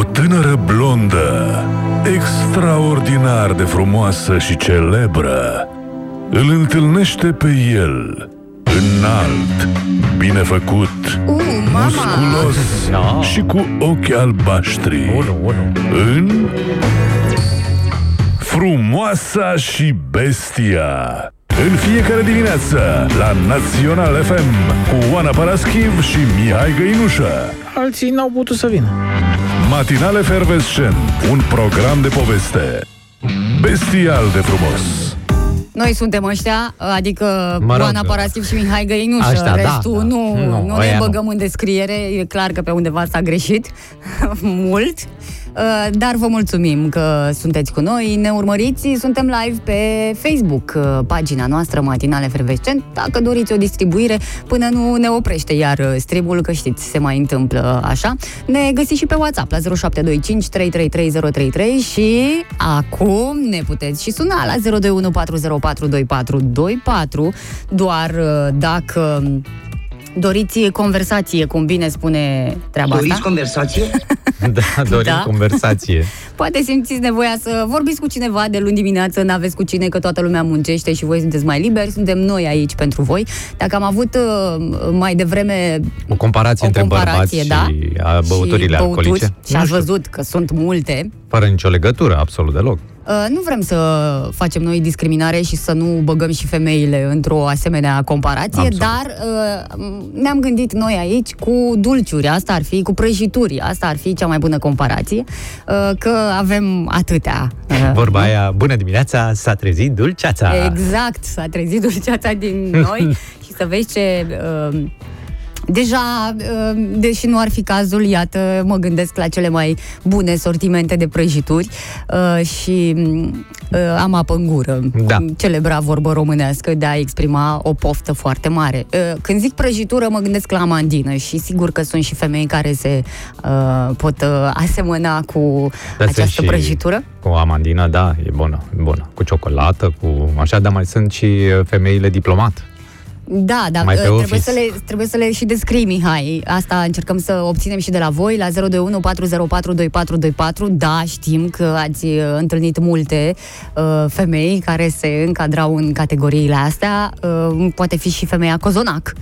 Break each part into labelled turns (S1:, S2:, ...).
S1: O tânără blondă, extraordinar de frumoasă și celebră, îl întâlnește pe el, înalt, binefăcut,
S2: Uh, mama!
S1: musculos
S3: Da.
S1: și cu ochi albaștri,
S3: Unu, unu.
S1: în Frumoasa și Bestia. În fiecare dimineață, la Național FM, cu Oana Paraschiv și Mihai Găinușă.
S4: Alții n-au putut să vină.
S1: Matinale Fervescent, un program de poveste. Bestial de frumos.
S2: Noi suntem ăștia, adică
S3: Mă
S2: mă
S3: rog.
S2: Oana Paraschiv și Mihai Găinușă.
S3: Ăștia, da,
S2: Restul
S3: da.
S2: nu,
S3: Nu,
S2: nu, nu
S3: ăia
S2: ne
S3: nu.
S2: băgăm în descriere, e clar că pe undeva s-a greșit mult. Uh, Dar vă mulțumim că sunteți cu noi, ne urmăriți, suntem live pe Facebook, uh, pagina noastră Matinale Fervescent. Dacă doriți o distribuire, până nu ne oprește iar uh, stribul, că știți, se mai întâmplă așa. Ne găsiți și pe WhatsApp la 0725 333033 și acum ne puteți și suna la 0214042424 doar uh, dacă doriți conversație, cum bine spune treaba
S5: Doriți
S2: asta.
S5: conversație?
S3: Da, dorim
S2: Da.
S3: conversație.
S2: Poate simțiți nevoia să vorbiți cu cineva de luni dimineață, n-aveți cu cine, că toată lumea muncește și voi sunteți mai liberi, suntem noi aici pentru voi. Dacă am avut uh, mai devreme
S3: O comparație
S2: O
S3: între
S2: comparație,
S3: bărbăți
S2: da.
S3: și a băuturile
S2: și băuturi,
S3: alcoolice.
S2: Și
S3: Nu
S2: ați
S3: știu,
S2: văzut că sunt multe.
S3: Fără nicio legătură, absolut deloc.
S2: Uh, Nu vrem să facem noi discriminare și să nu băgăm și femeile într-o asemenea comparație,
S3: Absolut.
S2: dar uh, ne-am gândit noi aici cu dulciuri, asta ar fi, cu prăjituri, asta ar fi cea mai bună comparație, uh, că avem atâtea. uh,
S3: Vorba aia, bună dimineața, s-a trezit dulceața.
S2: Exact, s-a trezit dulceața din noi și să vezi ce... Uh, Deja, uh, deși nu ar fi cazul, iată, mă gândesc la cele mai bune sortimente de prăjituri uh, și mm, uh, am apă în gură.
S3: Da.
S2: Celebra vorbă românească de a exprima o poftă foarte mare. Uh, Când zic prăjitură, mă gândesc la amandină și sigur că sunt și femei care se uh, pot uh, asemăna cu
S3: Dar Da, sunt
S2: această
S3: și
S2: prăjitură.
S3: Cu amandina, da, e bună, e bună. Cu ciocolată, cu așa, dar mai sunt și uh, femeile diplomat.
S2: Da, dar
S3: Mai
S2: uh,
S3: pe
S2: trebuie
S3: office.
S2: să, le, trebuie să le și descrii, Mihai. Asta încercăm să obținem și de la voi, la 021 404 2424. Da, știm că ați uh, întâlnit multe uh, femei care se încadrau în categoriile astea. Uh, poate fi și femeia cozonac.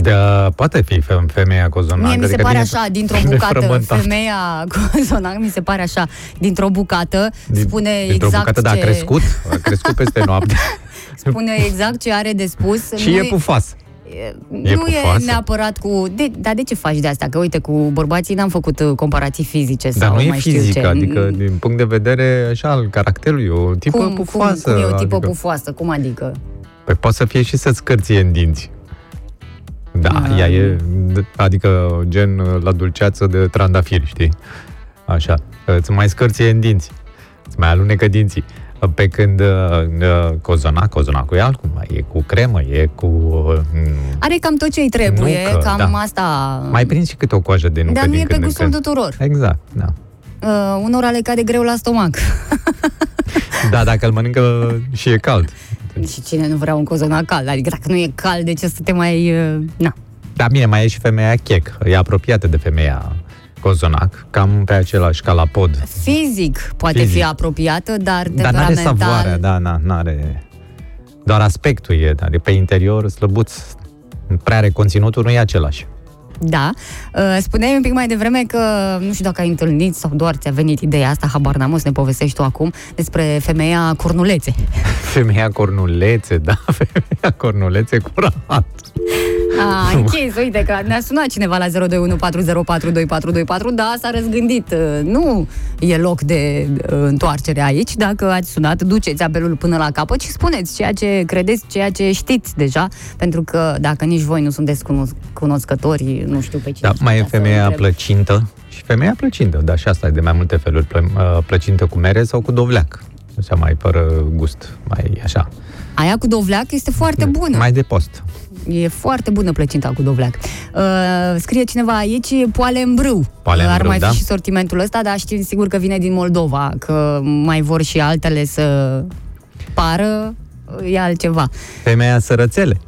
S3: Da, poate fi fe- femeia cozonacă.
S2: Mie mi se
S3: adică
S2: pare
S3: bine-
S2: așa, dintr-o
S3: bine
S2: bucată,
S3: frământată.
S2: femeia cozonac, mi se pare așa, dintr-o bucată,
S3: Din-
S2: spune
S3: Dintr-o
S2: exact ce...
S3: bucată, da, a crescut, a crescut peste noapte.
S2: Spune exact ce are de spus.
S3: și e
S2: Nu-i-
S3: pufas.
S2: E
S3: E
S2: nu e
S3: pufoasă.
S2: neapărat cu... De, dar de ce faci de asta? Că uite, cu bărbații n-am făcut uh, comparații fizice
S3: Dar
S2: sau
S3: nu e
S2: mai știu
S3: fizică,
S2: ce.
S3: adică din punct de vedere așa al caracterului, e o tipă
S2: cum,
S3: pufoasă.
S2: Cum, cum e o tipă
S3: adică,
S2: pufoasă? Cum adică?
S3: Păi poate să fie și să-ți scârție în dinți. Da,
S2: Ah.
S3: ea e, d- adică gen la dulceață de trandafiri, știi? Așa, îți mai scârție în dinți, îți mai alunecă dinții. Pe când uh, uh, cozona, cozona cu e altcum, e cu cremă, e cu... uh, m-
S2: Are cam tot ce îi trebuie,
S3: Nucă,
S2: cam
S3: da.
S2: asta...
S3: Mai prins și câte o coajă de nucă
S2: dar nu
S3: din
S2: e pe
S3: când în
S2: gustul
S3: când.
S2: tuturor.
S3: Exact, da.
S2: Uh, unora le cade greu la stomac.
S3: Da, dacă îl mănâncă și e cald.
S2: și cine nu vrea un cozonac cald? Adică dacă nu e cald, de ce să te mai... Uh, na.
S3: Dar bine, mai e și femeia chec. E apropiată de femeia cozonac, cam pe același ca la pod.
S2: Fizic poate
S3: Fizic.
S2: fi apropiată, dar
S3: Dar n-are
S2: temperamental...
S3: savoarea, da, na, n-are... Doar aspectul e, dar pe interior slăbuț. Prea are conținutul, nu e același.
S2: Da. Uh, Spuneai un pic mai devreme că, nu știu dacă ai întâlnit sau doar ți-a venit ideea asta, habar n-am, o să ne povestești tu acum, despre femeia cornulețe.
S3: Femeia cornulețe, da, femeia cornulețe curat.
S2: A, închis, uite că ne-a sunat cineva la 02140422424, da, s-a răzgândit. Uh, Nu e loc de uh, întoarcere aici. Dacă ați sunat, duceți apelul până la capăt și spuneți ceea ce credeți, ceea ce știți deja, pentru că dacă nici voi nu sunteți cunos- cunoscători, nu știu pe cine.
S3: Da,
S2: aș
S3: mai e
S2: putea să
S3: femeia
S2: întreb.
S3: plăcintă și femeia plăcintă, dar și asta e de mai multe feluri, plă- uh, plăcintă cu mere sau cu dovleac. Așa mai fără gust, mai așa.
S2: Aia cu dovleac este foarte bună.
S3: Mm. Mai de post.
S2: E foarte bună plăcinta cu dovleac. Uh, scrie cineva aici, poale în brâu.
S3: Poale în
S2: Ar
S3: brâu,
S2: mai
S3: da.
S2: fi și sortimentul ăsta, dar știm sigur că vine din Moldova, că mai vor și altele să pară, e altceva.
S3: Femeia sărățele.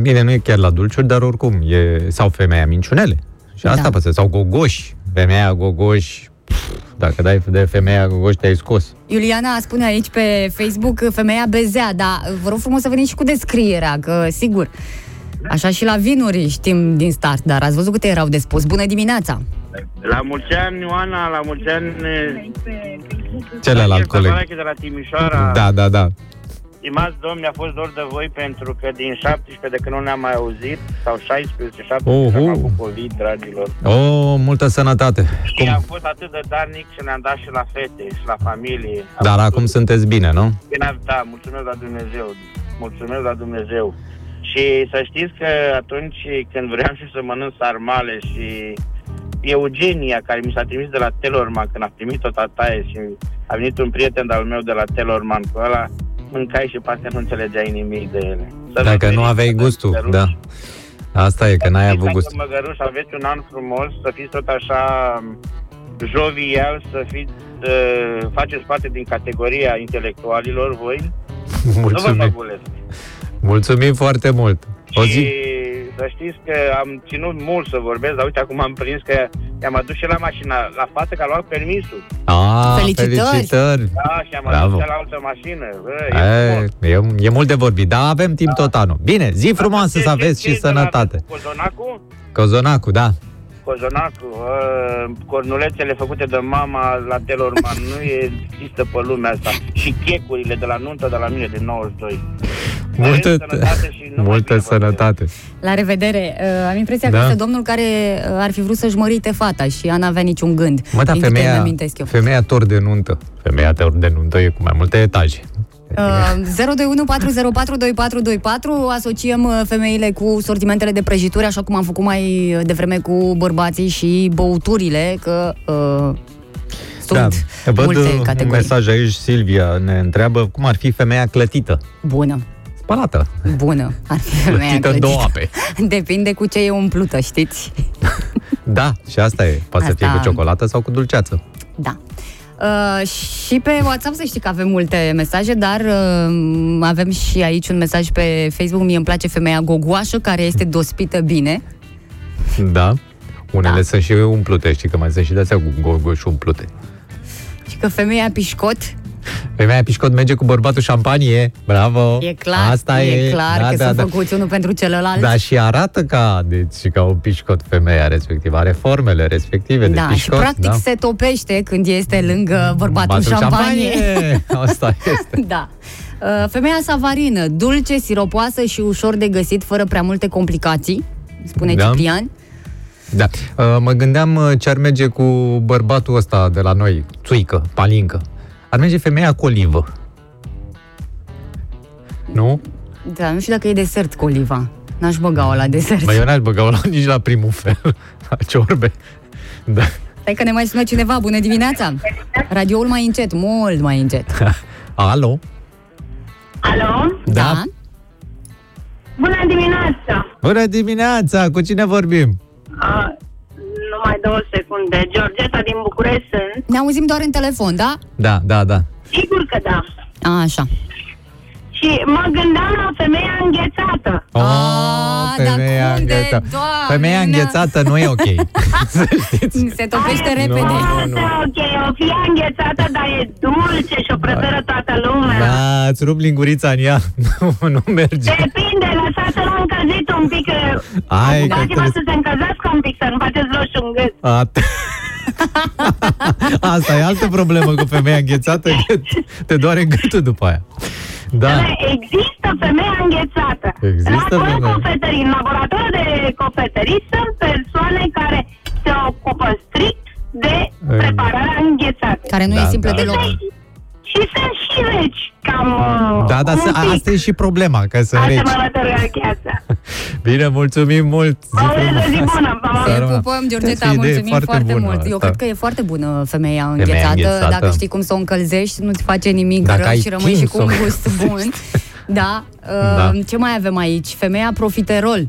S3: Bine, nu e chiar la dulciuri, dar oricum, e, sau femeia minciunele. Și asta
S2: Da.
S3: da. pasă, sau gogoși. Femeia gogoși, pf, dacă dai de femeia gogoși, te-ai scos.
S2: Iuliana spune aici pe Facebook că femeia bezea, dar vă rog frumos să veniți și cu descrierea, că sigur, așa și la vinuri știm din start, dar ați văzut câte erau de spus. Bună dimineața!
S5: La mulți ani, Ioana, la mulți ani... eh,
S3: Celălalt
S5: Sergiu
S3: coleg.
S5: Tabarache de la Timișoara.
S3: Da, da, da.
S5: Stimați domni, mi-a fost dor de voi pentru că din 17 de când nu ne-am mai auzit, sau 16, 17,
S3: Uhu.
S5: am avut COVID, dragilor.
S3: O, multă sănătate.
S5: Și am
S3: Cum?
S5: fost atât de darnic și ne-am dat și la fete și la familie. Am
S3: Dar
S5: avut
S3: acum sunteți bine, nu?
S5: Bine, da, mulțumesc la Dumnezeu. Mulțumesc la Dumnezeu. Și să știți că atunci când vreau și să mănânc sarmale și Eugenia, care mi s-a trimis de la Telorman, când a primit-o tataie și a venit un prieten al meu de la Telorman cu ăla, mâncai și parcă nu înțelegeai nimic de ele. Să vă
S3: Dacă nu
S5: feriți,
S3: aveai
S5: să
S3: gustul,
S5: fiți
S3: da. Asta e, că n-ai
S5: Fiți
S3: avut
S5: dacă
S3: gustul.
S5: Măgăruși, Exact, aveți un an frumos, să fiți tot așa jovial, să fiți, uh, faceți parte din categoria intelectualilor voi. Nu vă
S3: Mulțumim.
S5: fabulez.
S3: Mulțumim foarte mult. O
S5: Și
S3: zi.
S5: să știți că am ținut mult să vorbesc, dar uite, acum am prins că i-am adus și la mașina, la față, că a luat permisul.
S3: A,
S2: Felicitări!
S3: Ah, felicitări.
S5: Da, și am
S3: Bravo.
S5: adus și la altă mașină. Bă, e
S3: E,
S5: frumos.
S3: e, e mult de vorbit, dar avem timp tot anul. Bine, zi frumoasă să
S5: Ce- ce-
S3: aveți
S5: ce
S3: și
S5: e de la
S3: sănătate.
S5: Cozonacu?
S3: Cozonacu, da.
S5: Cozonacu, uh, cornulețele făcute de mama la Telorman, nu există pe lumea asta. Și checurile de la nuntă de la mine din 92.
S3: Multă,
S5: sănătate și numai
S3: multă
S5: bine vă
S3: sănătate.
S2: La revedere! Uh, am impresia da. că
S3: Da.
S2: este domnul care uh, ar fi vrut să-și mărite fata și ea n-avea niciun gând.
S3: Mă, dar
S2: Din câte îmi
S3: femeia,
S2: amintesc eu.
S3: femeia tor de nuntă. Femeia tor de nuntă e cu mai multe etaje.
S2: Uh, 02140424424 asociem uh, femeile cu sortimentele de prăjituri, așa cum am făcut mai uh, devreme cu bărbații și băuturile, că uh, sunt da.
S3: Văd
S2: multe
S3: uh, un
S2: categorii.
S3: mesaj aici, Silvia ne întreabă cum ar fi femeia clătită.
S2: Bună,
S3: Spalată.
S2: bună. Ar fi femeia
S3: Clătită în două
S2: clătită.
S3: ape.
S2: Depinde cu ce e umplută, știți?
S3: Da, și asta e. Poate să fie
S2: Asta-
S3: cu ciocolată sau cu dulceață.
S2: Da. Uh, și pe WhatsApp să știi că avem multe mesaje, dar uh, avem și aici un mesaj pe Facebook. Mie îmi place femeia gogoașă care este dospită bine.
S3: Da. Unele
S2: Da.
S3: sunt și umplute, știi că mai sunt și de-astea cu gogoși umplute.
S2: Și că femeia pișcot
S3: Femeia Păi pișcot merge cu bărbatul șampanie. Bravo!
S2: E clar,
S3: Asta
S2: e,
S3: e,
S2: clar
S3: da,
S2: că
S3: da,
S2: sunt
S3: da.
S2: făcuți unul pentru celălalt.
S3: Da, și arată ca, deci, ca un pișcot femeia respectivă. Are formele respective
S2: Da,
S3: de
S2: și
S3: pișcot.
S2: practic
S3: da.
S2: se topește când este lângă bărbatul
S3: Batul
S2: șampanie.
S3: Asta este.
S2: da. Uh, Femeia savarină, dulce, siropoasă și ușor de găsit, fără prea multe complicații, spune
S3: Da.
S2: Ciprian.
S3: Da. Uh, Mă gândeam uh, ce ar merge cu bărbatul ăsta de la noi, țuică, palincă. Ar merge femeia cu olivă. Nu?
S2: Da, nu știu dacă e desert cu oliva. N-aș băga-o la desert.
S3: Bă, eu n-aș băga-o la- nici la primul fel. La ciorbe. Da.
S2: Stai că ne mai sună cineva. Bună dimineața! Radioul mai încet, mult mai încet.
S3: Alo?
S6: Alo?
S2: Da?
S6: Bună dimineața!
S3: Bună dimineața! Cu cine vorbim?
S6: Uh, numai două secunde. Georgeta din București sunt.
S2: Ne auzim doar în telefon, da?
S3: Da, da, da.
S6: Sigur că da.
S2: A, așa.
S6: Și mă gândeam la femeia înghețată.
S3: Oh,
S2: Ah, dar cum de- Doamne!
S3: femeia înghețată nu e ok. Să știți.
S2: Se topește repede.
S3: Nu, nu,
S6: Asta e ok, o fie înghețată, dar e dulce și o preferă toată lumea.
S3: Da, îți rup lingurița în ea. Nu, nu merge.
S6: Depinde, lăsați-l încălzit un pic. că-
S3: Hai, că
S6: Apucați-vă
S3: trebuie-
S6: să se încălzească un pic, să nu faceți roșu în gât.
S3: A, te- Asta e altă problemă cu femeia înghețată, că te doare gâtul după aia. Da,
S6: Există femeia înghețată.
S3: Există
S6: la
S3: femeie.
S6: femeia. cofetării, în laboratorul de cofetării sunt persoane care se ocupă strict de
S3: În-
S6: prepararea înghețată.
S2: Care nu
S3: Da,
S2: e simplă
S3: da.
S2: deloc.
S6: Și sunt și reci, cam uh,
S3: da, dar
S6: un
S3: să-
S6: pic
S3: asta e și problema, că să reci.
S6: asemănătoare la cheață.
S3: Bine, mulțumim mult! Zi
S6: Vă urez o zi
S3: frumoasă.
S6: bună, vă
S3: Seara
S2: Te
S3: bună.
S2: pupăm, Georgeta,
S3: Este o idee
S2: mulțumim foarte, foarte
S3: bună
S2: mult. Eu
S3: asta.
S2: cred că e foarte bună femeia înghețată.
S3: înghețată.
S2: Dacă știi cum să o încălzești, nu-ți face nimic
S3: Dacă
S2: rău
S3: ai
S2: și rămâi
S3: timp
S2: și cu
S3: să
S2: un
S3: o
S2: gust bun. Da.
S3: Da.
S2: Uh, Ce mai avem aici? Femeia profiterol.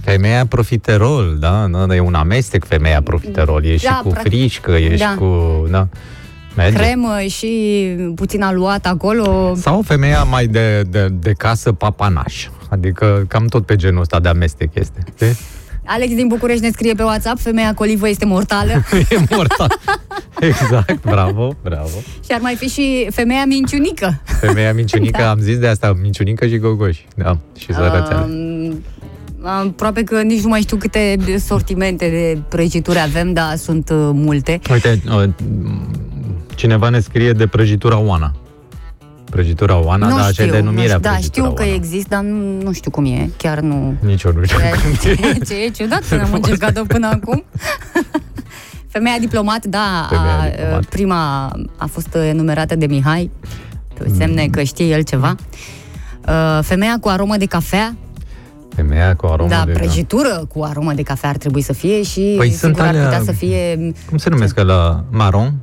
S3: Femeia profiterol, da? da? da, E un amestec femeia profiterol. E și
S2: Da,
S3: cu
S2: practic.
S3: frișcă, e
S2: Da.
S3: și cu... Da. Merge.
S2: Cremă și puțin aluat acolo.
S3: Sau femeia mai de, de, de casă papanaș. Adică cam tot pe genul ăsta de amestec este. Știi?
S2: Alex din București ne scrie pe WhatsApp, femeia cu olivă este mortală
S3: E mortal. Exact, bravo, bravo.
S2: și ar mai fi și femeia minciunică.
S3: Femeia minciunică, da. am zis de asta, minciunică și gogoși. Da, și sărățeală.
S2: Um, aproape că nici nu mai știu câte sortimente de prăjituri avem, dar sunt uh, multe.
S3: Uite, uh, cineva ne scrie de prăjitura Oana. Prăjitura Oana,
S2: nu
S3: dar așa
S2: știu,
S3: e denumirea
S2: nu știu, da,
S3: prăjitura
S2: știu că
S3: Oana.
S2: există, dar nu, nu știu cum e, chiar nu...
S3: Nici eu nu știu.
S2: Păi, Ce- Ce e ciudat că n-am încercat-o până acum. Femeia diplomat, da,
S3: Femeia
S2: a,
S3: diplomat.
S2: prima a fost enumerată de Mihai, pe
S3: Mm.
S2: semne că știe el ceva. Uh, Femeia cu aromă de cafea,
S3: Femeia cu aromă
S2: da,
S3: de...
S2: prăjitură cu aromă de cafea ar trebui să fie și sigur
S3: Păi sunt
S2: ar
S3: alea-
S2: putea să fie...
S3: Cum se numesc la maron?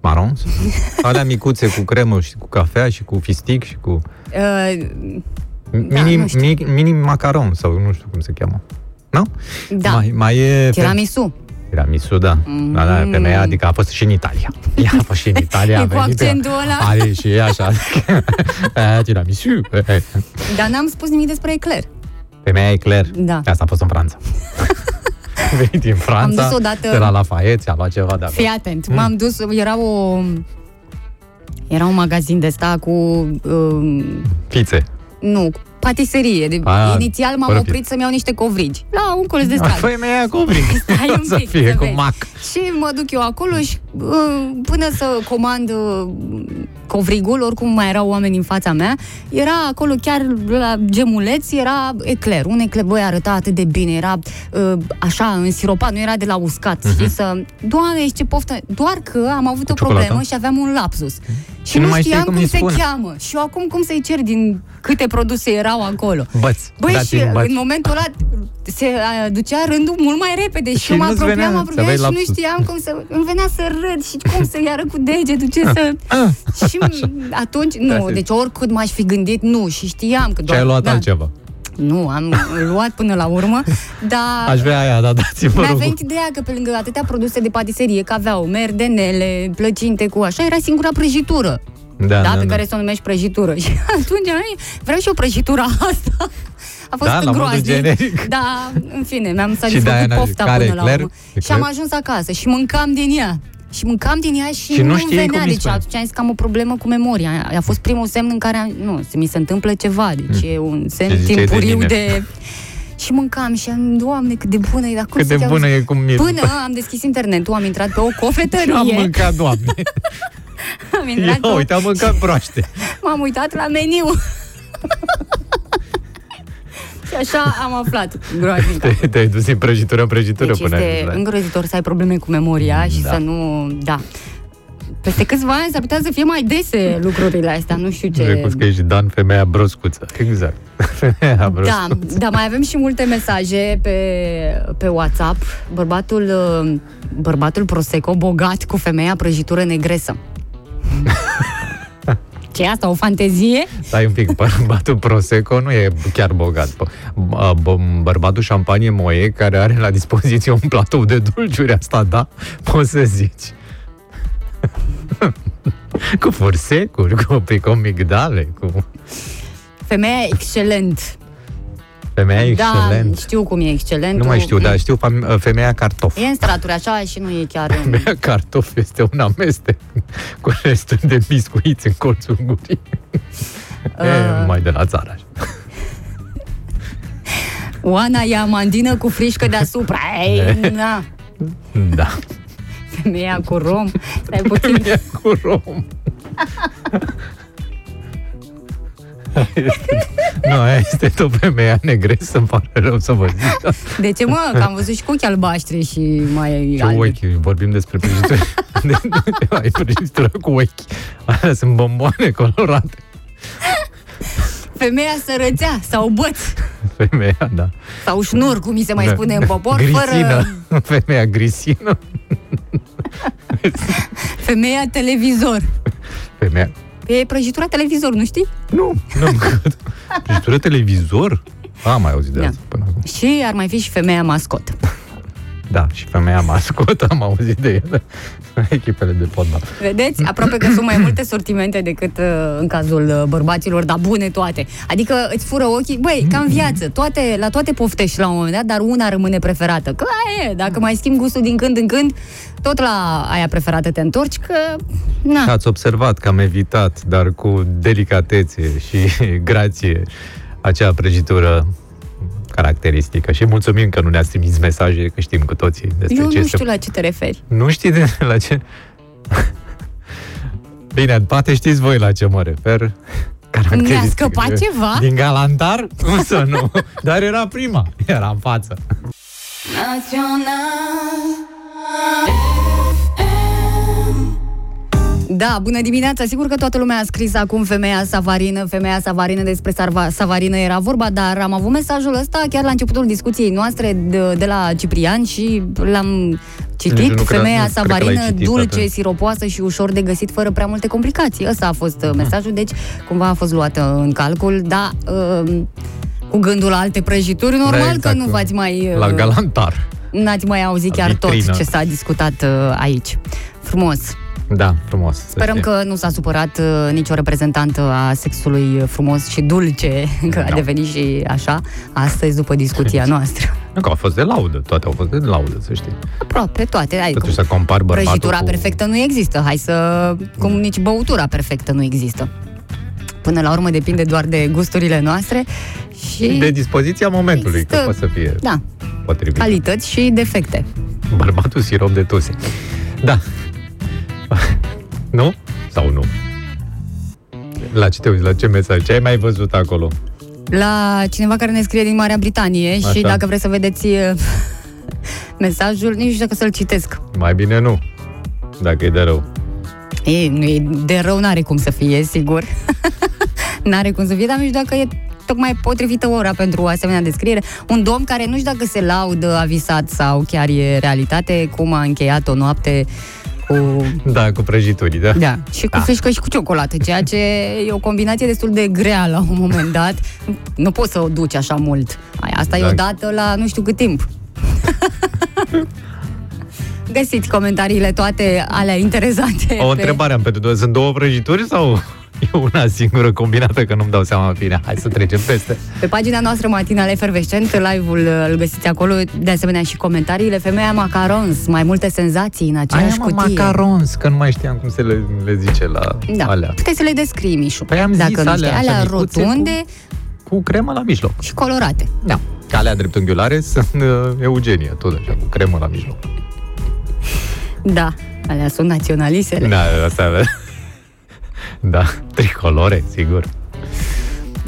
S3: Maron? Alea micuțe cu cremă și cu cafea și cu fistic și cu...
S2: Uh,
S3: Mini,
S2: Da, nu știu.
S3: mi, mini macaron sau nu știu cum se cheamă. Nu?
S2: Da.
S3: Mai, mai e...
S2: tiramisu.
S3: Tiramisu, da. Mm. da, da femeia, adică a fost și în Italia. Ea a fost și în Italia.
S2: E
S3: a
S2: cu
S3: venit pe-
S2: accentul ăla.
S3: Are și e așa. Eh, tiramisu. Eh, eh.
S2: Dar n-am spus nimic despre ecler.
S3: Femeia e Claire.
S2: Da.
S3: Asta a fost în Franța. A venit din Franța,
S2: dus odată-
S3: de la Lafayette, a luat ceva de acolo.
S2: Fii atent,
S3: Mm.
S2: m-am dus, era o... Era un magazin de sta cu... Um,
S3: Fițe.
S2: nu, cu patiserie. De,
S3: A, păi-
S2: inițial m-am
S3: fără
S2: oprit
S3: pic.
S2: să-mi iau niște covrigi. La un colț de stradă.
S3: Femeia cu bric.
S2: Stai un
S3: O să
S2: pic,
S3: fie
S2: să
S3: cu
S2: vezi.
S3: mac.
S2: Și mă duc eu acolo și uh, până să comand uh, covrigul, oricum mai erau oameni în fața mea, era acolo chiar la gemuleț, era ecler. Un ecler, băi, arăta atât de bine, era uh, așa, însiropat, nu era de la uscat. Uh-huh. Știi, să... Doamne, ești ce poftă! Doar că am avut o
S3: Mhm. ciocolată? Mhm.
S2: problemă și aveam un lapsus. Și,
S3: nu
S2: nu
S3: mai știai
S2: știam
S3: cum
S2: cum,
S3: îi
S2: se
S3: spune.
S2: cheamă. Și eu acum cum să-i cer din câte produse erau acolo.
S3: Băț.
S2: Băi,
S3: dați-mi
S2: și
S3: băț.
S2: în momentul ăla se aducea rândul mult mai repede și,
S3: Și
S2: eu mă
S3: nu-ți venea
S2: apropiam, mă
S3: să
S2: apropiam
S3: vei
S2: și nu
S3: lapsus.
S2: știam cum să... Îmi venea să râd și cum să iară cu degetul,
S3: Ah,
S2: ce să... și atunci, nu,
S3: Asta e.
S2: deci oricât m-aș fi gândit, nu, și știam că
S3: Ce
S2: doar...
S3: Da, ai luat
S2: da,
S3: altceva?
S2: Nu, am luat până la urmă, dar...
S3: Aș vrea aia, dar dați-mi, vă
S2: Mi-a
S3: rog.
S2: venit ideea că pe lângă atâtea produse de patiserie, că aveau merdenele, plăcinte cu așa, era singura prăjitură. Da, da, pe care să o numești prăjitură. Și atunci ai, vreau și o prăjitură asta. A fost
S3: Da, la modul generic.
S2: groaznic. Da, în fine, mi-am
S3: de-aia
S2: satisfăcut
S3: n-ai zis,
S2: pofta
S3: care e
S2: până la
S3: clar?
S2: urmă.
S3: E
S2: Și am
S3: clar?
S2: ajuns acasă și mâncam din ea. Și mâncam din ea și,
S3: Și nu
S2: nu
S3: știai cum
S2: venea.
S3: îi
S2: Deci
S3: spune.
S2: atunci am zis că am o problemă cu memoria. A fost primul semn în care am, nu, se- mi se întâmplă ceva. Deci e un
S3: Hmm. Ce
S2: semn
S3: ziceai de
S2: timpuriu
S3: mine?
S2: de, Și mâncam și am, doamne, cât de bună e, dar cum
S3: Cât de
S2: să-ți
S3: bună
S2: auzi?
S3: e cum e.
S2: Până am deschis internetul, am intrat pe o cofetărie.
S3: Am mâncat, doamne.
S2: am intrat pe
S3: Eu,
S2: o
S3: uite, am mâncat broaște.
S2: M-am uitat la meniu. și așa am aflat groaznic.
S3: Te- Te-ai dus din prăjitură în prăjitură
S2: Deci
S3: până da.
S2: este
S3: ai
S2: îngrozitor să ai probleme cu memoria și
S3: Da.
S2: să nu... Da. Peste câțiva ani s-ar putea să fie mai dese lucrurile astea, nu știu ce...
S3: Recunosc că ești Dan, femeia broscuță. Exact. Femeia
S2: Da,
S3: broscuță.
S2: da, mai avem și multe mesaje pe, pe WhatsApp. Bărbatul, uh, bărbatul Prosecco bogat cu femeia prăjitură negresă. ce e asta, o fantezie?
S3: Stai un pic, bărbatul Prosecco nu e chiar bogat. Bă- bă- bă- Bărbatul șampanie moe, care are la dispoziție un platou de dulciuri, asta da, poți să zici. cu fursecuri, cu, pe- cu migdale, cu...
S2: Femeia excelent.
S3: Femeia
S2: Da,
S3: excelent.
S2: știu cum e excelent.
S3: nu mai știu, dar știu fam- femeia cartof.
S2: E în straturi așa și nu e chiar în...
S3: Femeia cartof este un amestec cu restul de biscuiți în colțul gurii. E,
S2: Uh.
S3: mai de la țară. așa.
S2: Oana e amandină cu frișcă deasupra. Ei, na,
S3: Da.
S2: femeia cu rom. Stai puțin.
S3: Femeia cu rom. nu, aia este tot femeia negresă, îmi pare rău să vă zic. Da.
S2: De ce mă? Că am văzut și cu ochii albaștri și mai
S3: Ce
S2: albi.
S3: ochi, vorbim despre prăjitură. Ai prăjitură cu ochi. Alea sunt bomboane colorate.
S2: Femeia sărățea sau băț
S3: Femeia, da.
S2: sau șnur, cum mi se mai
S3: Da.
S2: spune în popor,
S3: grisină.
S2: fără
S3: fără... Femeia grisină.
S2: femeia televizor.
S3: Femeia...
S2: E prăjitura televizor, nu știi?
S3: Nu, nu am mâncat. Prăjitură televizor? Am mai auzit de
S2: Da.
S3: asta până acum.
S2: Și ar mai fi și femeia mascot.
S3: Da, și femeia mascot, am auzit de ele. Echipele de fotbal.
S2: Vedeți? Aproape că sunt mai multe sortimente decât uh, în cazul uh, bărbaților, dar bune toate. Adică îți fură ochii, băi, ca în viață, toate, la toate poftești la un moment dat, dar una rămâne preferată. Că aia e, dacă mai schimbi gustul din când în când, tot la aia preferată te întorci, că
S3: Și
S2: na,
S3: ați observat că am evitat, dar cu delicatețe și grație, acea prăjitură caracteristică. Și mulțumim că nu ne-ați trimis mesaje, că știm cu toții despre
S2: eu
S3: ce
S2: nu
S3: este
S2: știu la ce te referi.
S3: Nu știi de la ce... Bine, poate știți voi la ce mă refer. Caracteristic.
S2: Mi-a scăpat ceva?
S3: Din galantar? Însă nu. Dar era prima. Era în față.
S2: Da, bună dimineața! Sigur că toată lumea a scris acum femeia Savarină, femeia Savarină, despre Sarva, Savarină era vorba, dar am avut mesajul ăsta chiar la începutul discuției noastre de, de la Ciprian și l-am
S3: Nici
S2: citit.
S3: Deci nu cred-
S2: femeia
S3: nu cred că l-ai
S2: Savarină,
S3: citit,
S2: dulce,
S3: atunci.
S2: siropoasă și ușor de găsit, fără prea multe complicații. Ăsta a fost uh,
S3: Mhm.
S2: mesajul, deci cumva a fost luat uh, în calcul, da... uh, cu gândul la alte prăjituri, normal
S3: Da,
S2: că nu v-ați mai...
S3: La
S2: uh,
S3: galantar.
S2: N-ați mai auzit chiar
S3: Vitrină.
S2: tot ce s-a discutat uh, aici. Frumos.
S3: Da, frumos. să
S2: Sperăm
S3: fie.
S2: că nu s-a supărat uh, nicio reprezentantă a sexului frumos și dulce, că a
S3: Da.
S2: devenit și așa astăzi după discuția noastră.
S3: Nu, că au fost de laudă. Toate au fost de laudă, să știi.
S2: Aproape toate. Adică
S3: Totuși să compar bărbatul
S2: prăjitura
S3: cu... Mm.
S2: perfectă nu există. Hai să... Cum nici băutura perfectă nu există. Până la urmă depinde doar de gusturile noastre și...
S3: De dispoziția momentului,
S2: Există-
S3: că poate să fie
S2: Da,
S3: potrivit.
S2: calități și defecte.
S3: Bărbatul sirop de tuse. Da. nu? Sau nu? La ce te uiți? La ce mesaj? Ce ai mai văzut acolo?
S2: la cineva care ne scrie din Marea Britanie Așa.
S3: Așa.
S2: și dacă vreți să vedeți eh, mesajul, nici nu știu dacă să-l citesc.
S3: Mai bine nu, dacă e de rău.
S2: E, nu e, de rău n-are cum să fie, sigur. n-are cum să fie, dar nu știu dacă e tocmai potrivită ora pentru o asemenea descriere. Un domn care nu știu dacă se laudă, a visat sau chiar e realitate, cum a încheiat o noapte cu
S3: Da, cu prăjituri, da?
S2: Da, și cu da. frișcă și cu ciocolată, ceea ce e o combinație destul de grea la un moment dat. Nu poți să o duci așa mult. Aia, asta e o
S3: Exact.
S2: dată la nu știu cât timp. Găsiți comentariile toate alea interesante. pe-
S3: O întrebare am pentru două. Sunt două prăjituri sau e una singură combinată că nu-mi dau seama bine? Hai să trecem peste.
S2: Pe pagina noastră matinală efervescent, live-ul uh, îl găsiți acolo, de asemenea și comentariile. Femeia macarons, mai multe senzații în aceeași
S3: mă,
S2: cutie.
S3: macarons, că nu mai știam cum se le, le zice la
S2: Da,
S3: alea.
S2: puteți să le descrii, Mișu.
S3: Păi am
S2: Dacă
S3: zis
S2: nu
S3: alea,
S2: știi,
S3: așa,
S2: alea
S3: micuțe cu-
S2: rotunde
S3: Cu cremă la mijloc.
S2: și colorate.
S3: Da. Că alea dreptunghiulare sunt uh, Eugenia, tot așa, cu cremă la mijloc.
S2: Da, alea sunt naționalistele.
S3: Da, asta... da, tricolore, sigur.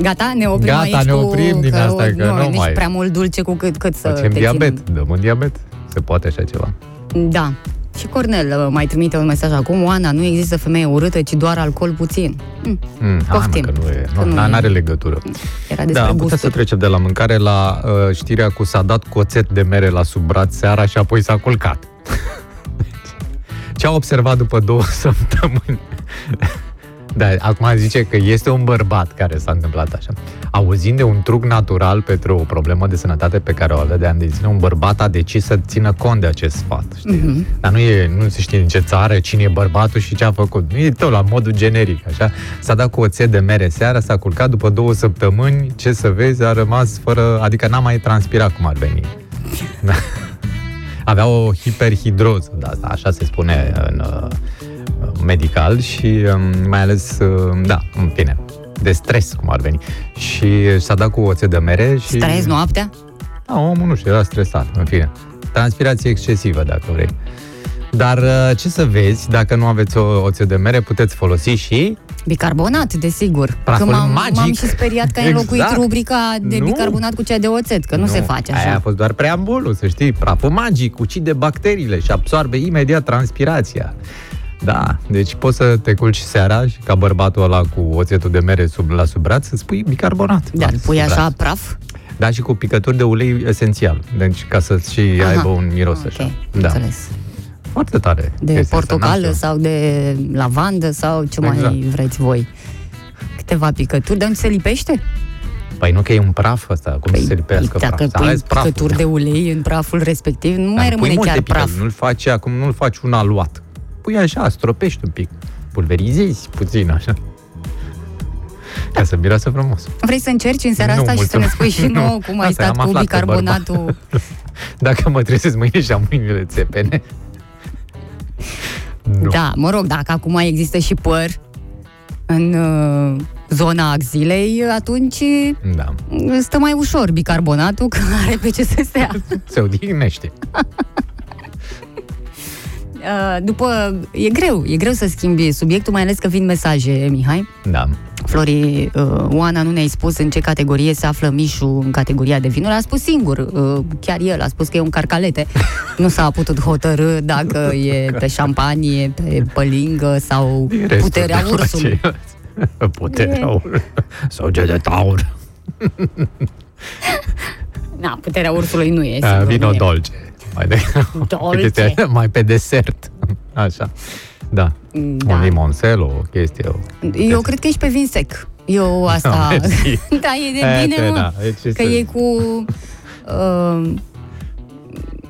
S2: Gata, ne oprim
S3: Gata,
S2: aici
S3: ne
S2: cu-
S3: oprim din asta, că
S2: nu,
S3: nu
S2: nici
S3: mai-
S2: prea mult dulce cu cât, cât să
S3: Facem
S2: te
S3: diabet, dăm un diabet. Se poate așa ceva.
S2: Ținem. Da. Și Cornel uh, mai trimite un mesaj acum. Oana, nu există femeie urâtă, ci doar alcool puțin. Mm.
S3: Mm, hai, mă,
S2: Poftim.
S3: că nu e,
S2: Că nu
S3: nu,
S2: e.
S3: are legătură.
S2: Era despre
S3: Da, am putea
S2: gusturi.
S3: să trecem de la mâncare la uh, știrea cu s-a dat coțet de mere la sub braț seara și apoi s-a culcat. Ce a observat după două săptămâni? da, acum zice că este un bărbat care s-a întâmplat așa. Auzind de un truc natural pentru o problemă de sănătate pe care o avea de ani de zile, un bărbat a decis să țină cont de acest sfat, știi? Mm-hmm. Dar nu, e, nu se știe în ce țară, cine e bărbatul și ce a făcut. Nu E tot la modul generic, așa. S-a dat cu oțet de mere seara, s-a culcat după două săptămâni, ce să vezi, a rămas fără... Adică n-a mai transpirat cum ar veni. Da. Avea o hiperhidroză, da, asta așa se spune în uh, medical și um, mai ales, uh, da, în fine, de stres, cum ar veni. Și s-a dat cu oțet de mere și...
S2: Stres noaptea?
S3: Da, omul nu știu, era stresat, în fine. Transpirație excesivă, dacă vrei. Dar uh, ce să vezi, dacă nu aveți o oțet de mere, puteți folosi și...
S2: Bicarbonat, desigur.
S3: Praful
S2: că m-am,
S3: magic.
S2: m-am și speriat că ai
S3: Exact.
S2: înlocuit rubrica de
S3: Nu.
S2: bicarbonat cu cea de oțet, că nu, se face așa.
S3: Aia a fost doar preambulul, să știi. Praful magic ucide bacteriile și absorbe imediat transpirația. Da, deci poți să te culci seara și ca bărbatul ăla cu oțetul de mere sub, la sub braț, îți pui bicarbonat.
S2: Da,
S3: la
S2: îl pui
S3: sub
S2: așa
S3: braț.
S2: praf?
S3: Da, și cu picături de ulei esențial. Deci ca să și
S2: Aha.
S3: aibă un miros
S2: Ok,
S3: așa. Da.
S2: Înțeles.
S3: Foarte tare.
S2: De
S3: chestia asta,
S2: portocală
S3: n-am știut.
S2: sau de lavandă sau ce mai
S3: Exact.
S2: vreți voi. Câteva picături, dar nu se lipește?
S3: Păi nu că e un praf ăsta, cum păi, se lipească
S2: dacă
S3: praf. Să
S2: pui
S3: arăți praful. da.
S2: cături de ulei în praful respectiv, nu mai
S3: Dar pui
S2: rămâne
S3: multe
S2: chiar
S3: picări,
S2: praf.
S3: Nu-l faci acum, nu-l faci un aluat. Pui așa, stropești un pic, pulverizezi puțin așa. Ca să miroasă frumos.
S2: Vrei să încerci în seara
S3: Nu,
S2: asta și să ne
S3: mulțumesc.
S2: spui și
S3: Nu.
S2: nouă cum ai
S3: Asta
S2: stat
S3: am
S2: cu
S3: aflat pe
S2: bicarbonatul?
S3: Dacă mă trezesc mâine și am mâinile țepene. Nu.
S2: Da, mă rog, dacă acum există și păr în uh, zona axilei, atunci
S3: da.
S2: uh, stă mai ușor bicarbonatul, că are pe ce să stea.
S3: Se odihnește.
S2: Uh, După, e greu, e greu să schimbi subiectul, mai ales că vin mesaje, eh, Mihai.
S3: Da.
S2: Flori, uh, Oana, nu ne-ai spus în ce categorie se află Mișu în categoria de vinuri. A spus singur, uh, chiar el a spus că e un carcalete. nu s-a putut hotărâ dacă e pe șampanie, pe pălingă sau
S3: Din restul
S2: puterea
S3: de
S2: ursului.
S3: ceilalți. Puterea ursului. Sau de de taur.
S2: Da, puterea ursului nu e.
S3: A,
S2: sigur,
S3: Ah, Vino
S2: nu e.
S3: dolce. Mai de
S2: Dolce.
S3: chestia- mai pe desert. Așa. Da.
S2: Da.
S3: Un limonțel, o chestie. O...
S2: Eu cred că ești pe vin sec. Eu
S3: Ah,
S2: asta...
S3: mersi.
S2: da, e
S3: E,
S2: de bine,
S3: te,
S2: mă.
S3: da, e ce
S2: Că
S3: să-
S2: e cu... Uh,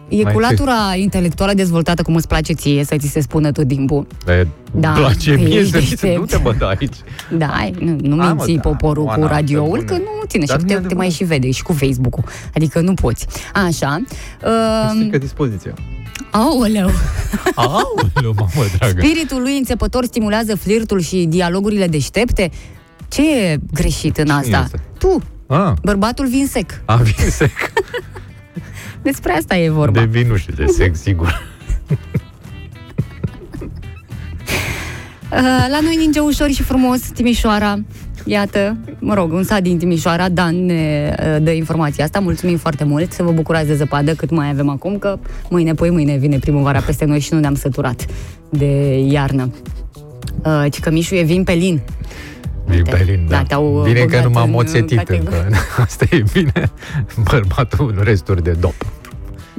S2: e
S3: Mai
S2: cu
S3: ce?
S2: latura intelectuală dezvoltată, cum îți place ție, să ți se spună tot timpul.
S3: E,
S2: Da,
S3: da, place
S2: că
S3: mie
S2: ești
S3: să zice,
S2: deștept.
S3: nu te bă de aici.
S2: Da, ai, nu, nu
S3: A,
S2: minți
S3: mă, da,
S2: poporul cu
S3: Oana,
S2: radioul,
S3: pe
S2: că
S3: bune.
S2: nu ține
S3: Dar
S2: și
S3: nu
S2: te,
S3: e
S2: te mai
S3: adevărat.
S2: și vede și cu Facebook-ul. Adică nu poți. Așa.
S3: Um,
S2: Uh,
S3: că dispoziție.
S2: aoleu!
S3: Aoleu, mamă dragă.
S2: Spiritul lui înțepător stimulează flirtul și dialogurile deștepte? Ce e greșit în asta?
S3: este?
S2: Tu,
S3: Ah,
S2: bărbatul vin sec.
S3: a vin sec.
S2: Despre asta e vorba.
S3: De vin nu știu, de sec, sigur.
S2: Uh, La noi ninge ușor și frumos Timișoara. Iată, mă rog, un sat din Timișoara, Dan ne uh, dă informația asta. Mulțumim foarte mult să vă bucurați de zăpadă cât mai avem acum, că mâine, poi mâine vine primăvara peste noi și nu ne-am săturat de iarnă. Uh, ci că Mișu e vin pe lin.
S3: Vin
S2: Uite,
S3: pe lin,
S2: da,
S3: da.
S2: te-au, uh,
S3: bine că
S2: băgat
S3: nu m-am
S2: în,
S3: oțetit
S2: uh,
S3: încă. Asta e bine. Bărbatul în resturi de dop.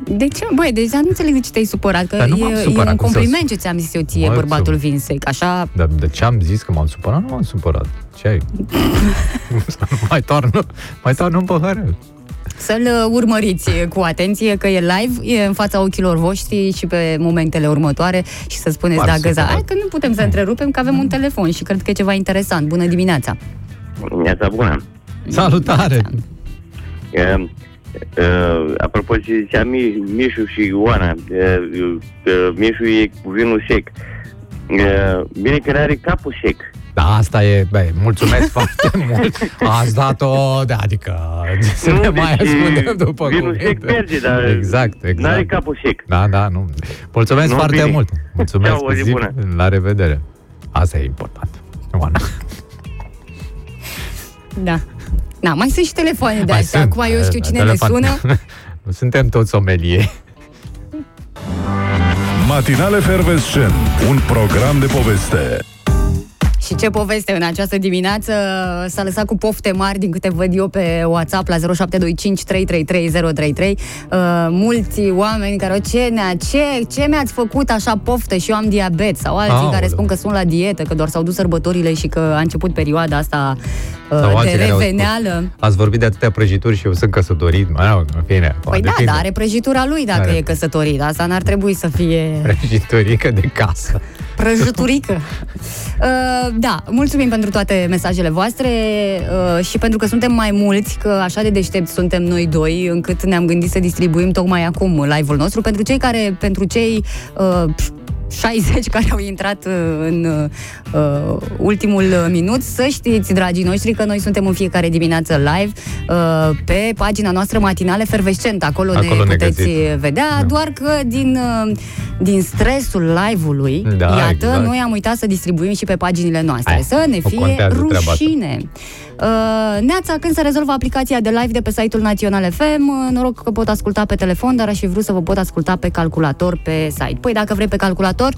S2: De ce? Băi, deci nu înțeleg de ce te-ai supărat, că
S3: Dar nu m-am
S2: e,
S3: supărat,
S2: e un
S3: cum să-
S2: compliment ce ți-am zis eu ție,
S3: Mulțumesc.
S2: bărbatul vin sec. Așa,
S3: Dar de ce am zis că m-am supărat? Nu m-am supărat. Ce ai? mai toarnă, mai toarnă un păhărel.
S2: Să-l uh, urmăriți cu atenție că e live, e în fața ochilor voștri și pe momentele următoare și să spuneți
S3: M-ar
S2: da găza.
S3: supăra.
S2: Hai că nu putem să întrerupem că avem un telefon și cred că e ceva interesant. Bună dimineața!
S5: Dimineața bună.
S3: Salutare!
S5: Uh, uh, apropo, ce zicea Mi- Mișu și Ioana, uh, uh, Mișu e cu vinul sec. Uh, bine că n-are capul sec.
S3: Da, asta e, bă, mulțumesc foarte mult. Ați dat-o, da, adică să
S5: Nu,
S3: ne mai
S5: deci,
S3: ascundem după
S5: vinul sec
S3: cuvinte.
S5: merge, dar
S3: Exact, exact.
S5: N-are capul sec.
S3: Da, da, nu. Mulțumesc
S5: Nu,
S3: foarte
S5: bine.
S3: mult. Mulțumesc.
S5: Ceau, o zi
S3: Zi-
S5: bună.
S3: La revedere. Asta e important. Oana.
S2: Da. Da, mai sunt și telefoane de
S3: Mai
S2: astea. exact,
S3: sunt,
S2: Acum eu
S3: da,
S2: știu
S3: da,
S2: cine le
S3: telefon.
S2: sună.
S3: Suntem toți omelieri.
S1: Matinale Fervescen, un program de poveste.
S2: Și ce poveste în această dimineață s-a lăsat cu pofte mari din câte văd eu pe WhatsApp la 0725333033. Uh, mulți oameni care au ce, nea, ce, ce mi-ați făcut așa poftă și eu am diabet sau alții
S3: Aoleu.
S2: care spun că sunt la dietă, că doar s-au dus sărbătorile și că a început perioada asta uh,
S3: Sau
S2: de
S3: alții care au spus,
S2: reveneală.
S3: Ați vorbit de atâtea prăjituri și eu sunt căsătorit. Mă rog, în fine.
S2: Păi da,
S3: depinde.
S2: dar are prăjitura lui dacă
S3: Are.
S2: e căsătorit. Asta n-ar trebui să fie...
S3: Prăjiturică de casă.
S2: Prăjiturică. Uh, da, mulțumim pentru toate mesajele voastre uh, și pentru că suntem mai mulți, că așa de deștepți suntem noi doi, încât ne-am gândit să distribuim tocmai acum live-ul nostru pentru cei care, pentru cei uh, 60 care au intrat uh, în uh, ultimul uh, minut. Să știți, dragii noștri, că noi suntem în fiecare dimineață live uh, pe pagina noastră matinale fervescent. Acolo,
S3: Acolo
S2: ne
S3: ne
S2: puteți
S3: găsiți.
S2: vedea,
S3: Da.
S2: doar că din, uh, din stresul live-ului,
S3: Da,
S2: Iată,
S3: exact.
S2: noi am uitat să distribuim și pe paginile noastre.
S3: Hai,
S2: să ne
S3: o
S2: fie
S3: contează treaba asta.
S2: rușine. Uh, Neața, când se rezolvă aplicația de live de pe site-ul Național FM, uh, noroc că pot asculta pe telefon, dar aș fi vrut să vă pot asculta pe calculator pe site. Păi dacă vrei pe calculator,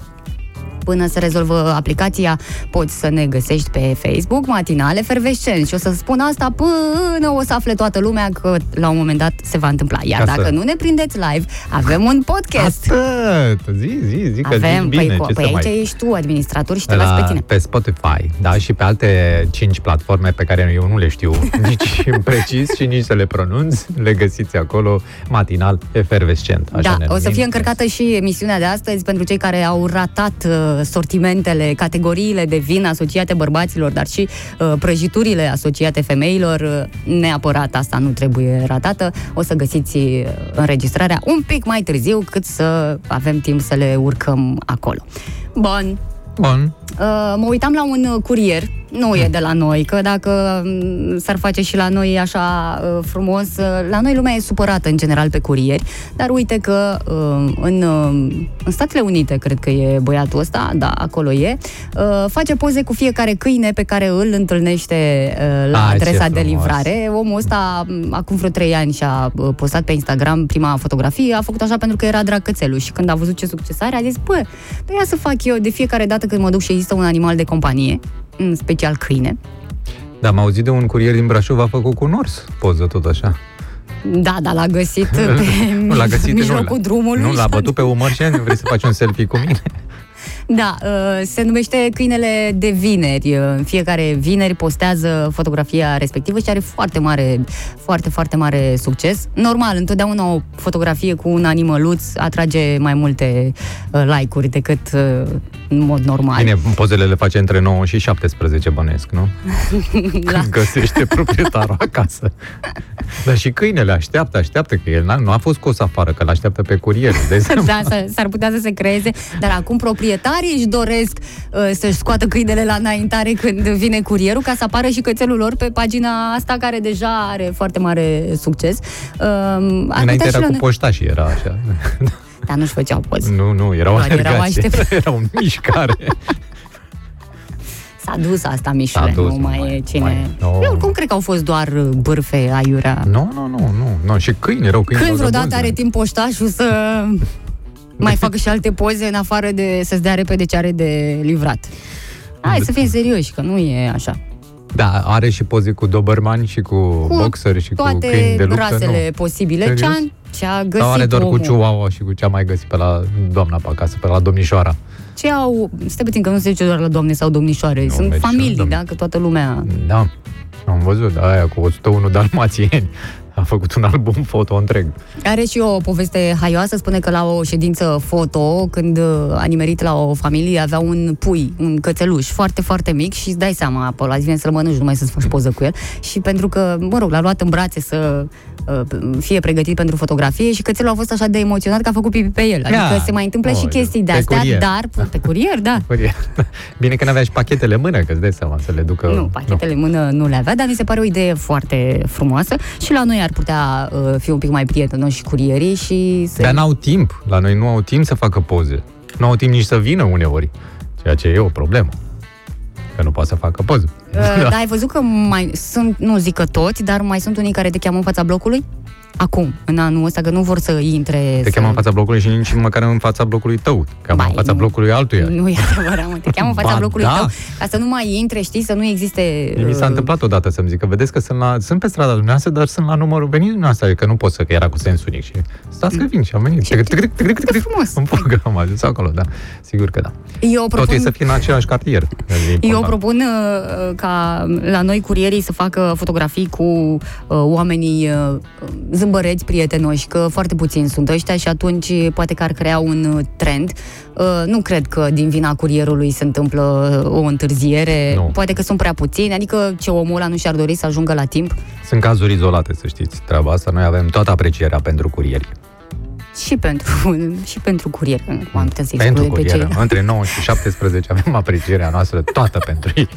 S2: până se rezolvă aplicația, poți să ne găsești pe Facebook, Matinale Fervescen. Și o să spun asta până o să afle toată lumea că la un moment dat se va întâmpla. Iar
S3: Asta.
S2: dacă nu ne prindeți live, avem un podcast.
S3: Atât! Zi, zi, zi că
S2: Avem,
S3: zici bine,
S2: păi,
S3: ce
S2: păi
S3: să
S2: aici
S3: mai...
S2: ești tu administrator și te las pe tine.
S3: pe Spotify, da, și pe alte 5 platforme pe care eu nu le știu nici în precis și nici să le pronunț, le găsiți acolo, matinal, efervescent. Așa
S2: da, o
S3: ne
S2: să
S3: numim. deci.
S2: fie încărcată și emisiunea de astăzi pentru cei care au ratat uh, sortimentele, categoriile de vin asociate bărbaților, dar și uh, prăjiturile asociate femeilor. Uh, neapărat asta nu trebuie ratată. O să găsiți uh, înregistrarea un pic mai târziu, cât să avem timp să le urcăm acolo. Bun.
S3: Bun,
S2: Uh, mă uitam la un uh, curier, nu e de la noi, că dacă mm, s-ar face și la noi așa uh, frumos, uh, la noi lumea e supărată în general pe curieri, dar uite că uh, în, uh, în Statele Unite, cred că e băiatul ăsta, da, acolo e, uh, face poze cu fiecare câine pe care îl întâlnește uh, la
S3: Ah, ce
S2: adresa de
S3: frumos.
S2: livrare care omul ăsta m, acum vreo trei ani și-a uh, postat pe Instagram prima fotografie, a făcut așa pentru că era drag cățelul și când a văzut ce succes are, a zis, bă, pe ia să fac eu de fiecare dată când mă duc și există un animal de companie, în special câine.
S3: dar am auzit de un curier din Brașov, a făcut cu un ors poză tot așa.
S2: Da, da, l-a găsit pe
S3: Nu l-a găsit,
S2: mijlocul
S3: nu,
S2: drumului.
S3: Nu
S2: și
S3: l-a
S2: a-
S3: bătut pe umăr și a zis, vrei să faci un selfie cu mine?
S2: Da, uh, se numește Câinele de Vineri. Uh, În fiecare vineri postează fotografia respectivă și are foarte mare, foarte, foarte mare succes. Normal, întotdeauna o fotografie cu un animăluț atrage mai multe uh, like-uri decât uh, în mod normal.
S3: Bine, pozele le face între 9 și 17 bănesc, nu?
S2: La-
S3: Când găsește proprietarul acasă. Dar și câinele așteaptă, așteaptă, că el n-a, nu a fost scos afară, că l-așteaptă pe curier. De
S2: Da, s-ar, s-ar putea să se creeze, dar acum proprietarii își doresc uh, să-și scoată câinele la înaintare când vine curierul, ca să apară și cățelul lor pe pagina asta, care deja are foarte mare succes. Uh, ar putea
S3: Înainte
S2: și la
S3: era cu
S2: noi-
S3: poștașii, era așa.
S2: Dar nu-și făceau poze.
S3: Nu, nu, era o
S2: Doar erau
S3: alergație.
S2: aștept-
S3: Era o mișcare.
S2: S-a dus asta, Mișule,
S3: S-a dus,
S2: nu
S3: nu
S2: mai
S3: mai-
S2: e cine...
S3: mai- nu. Mm.
S2: Eu oricum cred că au fost doar uh, bârfe aiurea.
S3: Nu, nu, nu, nu, nu. Și câini erau câini.
S2: Când
S3: erau de
S2: vreodată
S3: bun
S2: are
S3: zâmbet.
S2: timp poștașul să mai facă și alte poze în afară de să-ți dea repede ce are de livrat. Hai să fim serioși, că nu e așa.
S3: Da, are și poze cu dobermani și cu,
S2: Cu
S3: boxeri și cu
S2: Toate
S3: câini de luptă.
S2: rasele
S3: nu.
S2: posibile.
S3: Serios?
S2: Ce a, ce a găsit
S3: Sau are doar
S2: omul.
S3: cu chihuahua și cu ce a mai găsit pe la doamna pe acasă, pe la domnișoara.
S2: Ce au... Stai puțin că nu se zice doar la doamne sau domnișoare.
S3: Nu,
S2: Sunt
S3: mergi și la
S2: familii,
S3: domni.
S2: da? Că toată lumea...
S3: Da, am văzut, da, aia cu 101 dalmațieni. A făcut un album foto întreg.
S2: Are și o poveste haioasă, spune că la o ședință foto, când uh, a nimerit la o familie, avea un pui, un cățeluș foarte, foarte mic și îți dai seama, apoi azi vine să-l mănânci, nu mai să-ți faci poză cu el. Și pentru că, mă rog, l-a luat în brațe să uh, fie pregătit pentru fotografie și cățelul a fost așa de emoționat că a făcut pipi pe el. Adică
S3: Da.
S2: se mai întâmplă și
S3: Oh,
S2: chestii de
S3: pe
S2: astea,
S3: curier.
S2: dar pe curier, da.
S3: Păi, Bine că n-avea și pachetele în mână, că îți dai seama să le ducă...
S2: Nu, pachetele în mână nu le avea, dar mi se pare o idee foarte frumoasă și la noi ar putea uh, fi un pic mai prietenoși și curierii și să
S3: Dar n-au timp. La noi nu au timp să facă poze. Nu au timp nici să vină uneori. Ceea ce e o problemă. Că nu poate să facă poze. Da.
S2: Uh, Dar ai văzut că mai sunt, nu zic că toți, dar mai sunt unii care te cheamă în fața blocului? Acum, în anul ăsta, că nu vor să intre...
S3: Te
S2: să...
S3: cheamă în fața blocului și nici măcar în fața blocului tău. Te Cheamă
S2: Bai,
S3: în fața
S2: nu.
S3: blocului altuia.
S2: Nu e adevărat, mă, te cheamă în fața
S3: Ba,
S2: blocului
S3: da.
S2: tău, ca să nu mai intre, știi, să nu existe...
S3: Mi s-a
S2: uh,
S3: întâmplat odată să-mi zic că vedeți că sunt, la, sunt pe strada dumneavoastră, dar sunt la numărul venit dumneavoastră, că nu pot să, că era cu sens unic și stați că vin și am venit.
S2: Și
S3: Tic, tic, tic, tic, tic,
S2: ce
S3: tic.
S2: frumos.
S3: În program a ajuns acolo, da. Sigur că da.
S2: Eu
S3: Tot e
S2: propun...
S3: să fie în același cartier. că e
S2: Eu
S3: important.
S2: propun uh, ca la noi curierii să facă fotografii cu uh, oamenii uh, zâmbăreți, prietenoși, că foarte puțini sunt ăștia și atunci poate că ar crea un uh, trend. Uh, Nu cred că din vina curierului se întâmplă uh, o întârziere,
S3: Nu.
S2: poate că sunt prea puțini, adică ce omul ăla nu și-ar dori să ajungă la timp
S3: Sunt cazuri izolate, să știți treaba asta. Noi avem toată aprecierea pentru curieri.
S2: și pentru, și pentru curier. Acum am putea să
S3: pentru
S2: excludem pe
S3: curieri.
S2: ceilalți.
S3: Între 9 și 17 avem aprecierea noastră toată pentru ei.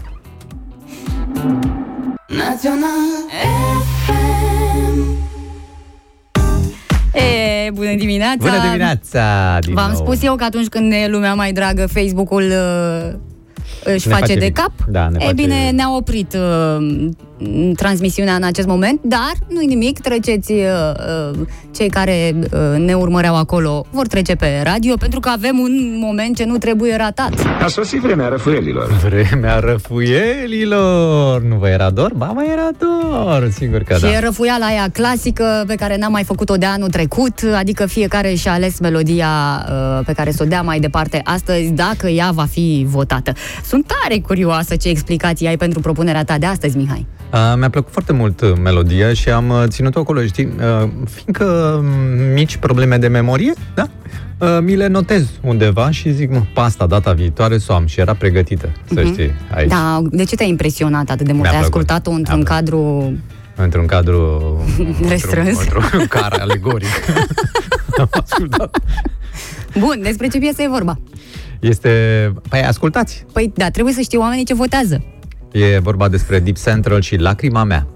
S2: Da. E, bună dimineața!
S3: Bună dimineața! Din
S2: V-am
S3: nou.
S2: spus eu că atunci când e lumea mai dragă, Facebook-ul uh, își
S3: Ne
S2: face
S3: face
S2: de
S3: mic.
S2: cap.
S3: Da, ne
S2: e
S3: face-
S2: bine, ne-a oprit uh, m, transmisiunea în acest moment, dar nu-i nimic, treceți uh, uh, cei care uh, ne urmăreau acolo vor trece pe radio pentru că avem un moment ce nu trebuie ratat.
S7: A sosit vremea răfuielilor.
S3: Vremea răfuielilor! Nu vă era dor? Ba, mai era dor! Sigur că
S2: Și
S3: da.
S2: e răfuiala aia clasică pe care n-am mai făcut-o de anul trecut, adică fiecare și-a ales melodia uh, pe care să o dea mai departe astăzi, dacă ea va fi votată. Sunt tare curioasă ce explicații ai pentru propunerea ta de astăzi, Mihai.
S3: A, mi-a plăcut foarte mult uh, melodia și am uh, ținut-o acolo, știi, uh, fiindcă mm, mici probleme de memorie, da? Uh, Mi le notez undeva și zic, mă, pasta data viitoare să o am și era pregătită, să știi, aici, da.
S2: Da, de ce te-ai impresionat atât de mult?
S3: Mi-a
S2: Ai
S3: plăcut.
S2: ascultat-o într-un
S3: Mi-a plăcut.
S2: cadru...
S3: într-un cadru... într-un-
S2: Restrâns.
S3: Într-un car alegoric. am ascultat.
S2: Bun, despre ce piesă e vorba?
S3: Este... Păi, ascultați!
S2: Păi, da, trebuie să știu oamenii ce votează.
S3: E vorba despre Deep Central și Lacrima mea.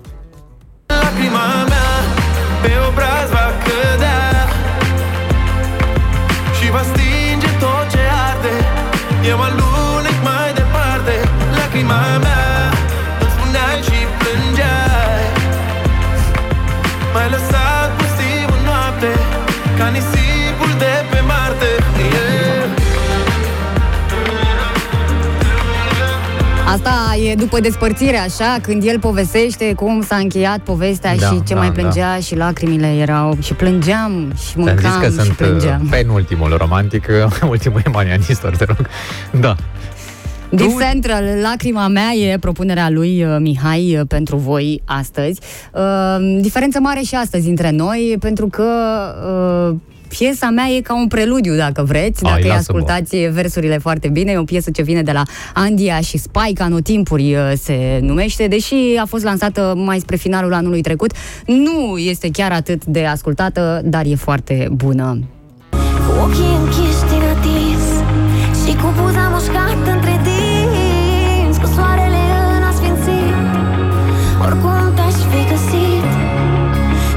S8: Lacrima mea pe obraz va cădea Și va stinge tot ce arde Eu alunec mai departe Lacrima mea Îmi spuneai și plângeai M-ai lăsat pustiu în noapte Ca nisipul de pe Marte yeah.
S2: Asta e după despărțire, așa, când el povestește cum s-a încheiat povestea
S3: Da,
S2: și ce
S3: da,
S2: mai plângea da. și lacrimile erau și plângeam și
S3: Ți-am zis
S2: mâncam
S3: că
S2: și
S3: sunt
S2: plângeam.
S3: uh, penultimul romantic, uh, ultimul e manianistor, te rog. Da.
S2: Deep Central, lacrima mea e propunerea lui uh, Mihai uh, pentru voi astăzi. Uh, diferență mare și astăzi între noi, pentru că uh, piesa mea e ca un preludiu, dacă vreți,
S3: Ai,
S2: dacă îi
S3: lasă-mă.
S2: ascultați versurile foarte bine. E o piesă ce vine de la Andia și Spike, anotimpuri uh, se numește, deși a fost lansată mai spre finalul anului trecut. Nu este chiar atât de ascultată, dar e foarte bună.
S9: Cu ochii închiși din atis Și cu buza mușcată între dinți Cu soarele în asfințit Oricum te-aș fi găsit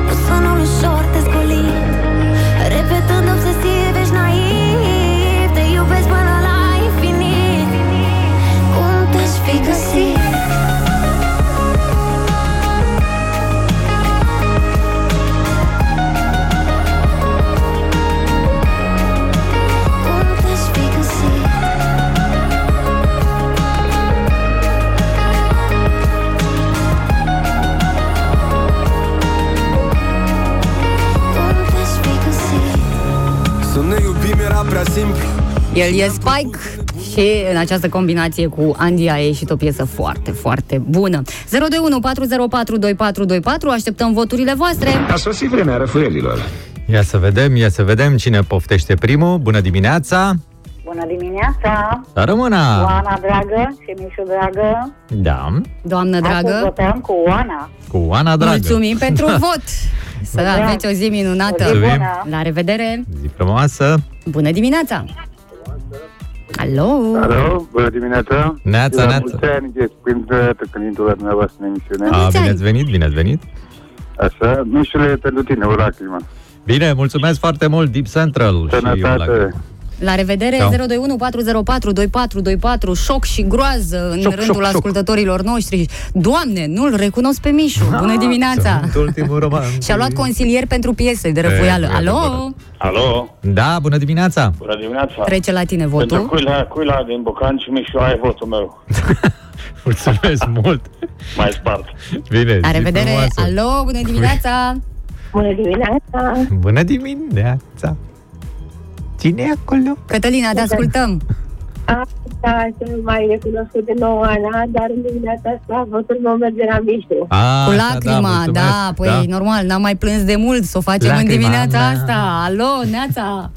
S9: Cu sunul ușor dezgolit Repetând obsesiv ești naiv Te iubesc până la infinit Cum te-aș fi găsit Cum te-aș fi găsit Cum te-aș fi găsit
S8: Să ne iubim era prea simplu
S2: El e Spike și în această combinație cu Andia a ieșit o piesă foarte, foarte bună. 021 404 2424, așteptăm voturile voastre.
S7: A sosit vremea răfuielilor.
S3: Ia să vedem, ia să vedem cine poftește primul. Bună dimineața!
S10: Bună dimineața!
S3: La rămâna!
S10: Oana dragă și Mișu dragă.
S3: Da,
S2: Doamnă
S10: Astăzi
S2: dragă,
S10: voteam cu Oana.
S3: cu Ana Dragă.
S2: mulțumim pentru vot! Să aveți o zi
S10: O zi
S2: minunată!
S3: Mulțumim.
S10: bună.
S2: La revedere!
S3: Zi frumoasă!
S2: Bună dimineața! Alo!
S11: Alo, bună dimineața!
S3: Neața,
S11: La
S3: neața.
S11: mulți ani, Ghes, când uh, pe când intru la dumneavoastră în emisiune.
S3: A,
S2: mulți
S3: bine
S2: ani.
S3: ați venit, bine ați venit!
S11: Așa, nu știu, e pentru tine, o lacrimă.
S3: Bine, mulțumesc foarte mult Deep Central și eu
S11: Sănătate!
S3: la-
S2: La revedere!
S3: Ciao.
S2: 021 404 2424, șoc și groază în
S3: Șoc, șoc,
S2: rândul
S3: șoc.
S2: ascultătorilor noștri. Doamne, nu-l recunosc pe Mișu! Bună
S3: Da.
S2: dimineața!
S3: Sunt ultimul roman.
S2: Da. Și-a luat consilier pentru piese de răfuială.
S3: Mhm. E,
S2: Alo?
S3: adevărat.
S5: Alo,
S3: Da, bună dimineața!
S5: bună dimineața.
S2: Trece la tine
S5: Pentru
S2: votul.
S5: cuila, cuila din Bocan și Mișu ai votul meu.
S3: Mulțumesc mult!
S5: Mai spart.
S3: Bine,
S2: La
S3: zi
S2: revedere.
S3: frumoasă.
S2: Alo, bună dimineața.
S10: Bună dimineața!
S3: Bună dimineața! Cine e acolo?
S2: Cătălina, te ascultăm.
S10: Asta sunt mai recunoscut de nou Ana, dar în dimineața asta votul meu merge la Mișu.
S3: A,
S2: Cu
S3: așa,
S2: lacrima, da,
S3: Ah, mulțumesc.
S2: păi normal, n-am mai plâns de mult să o facem
S3: Lacrima da.
S2: în dimineața
S3: mea.
S2: asta. Alo, Neața.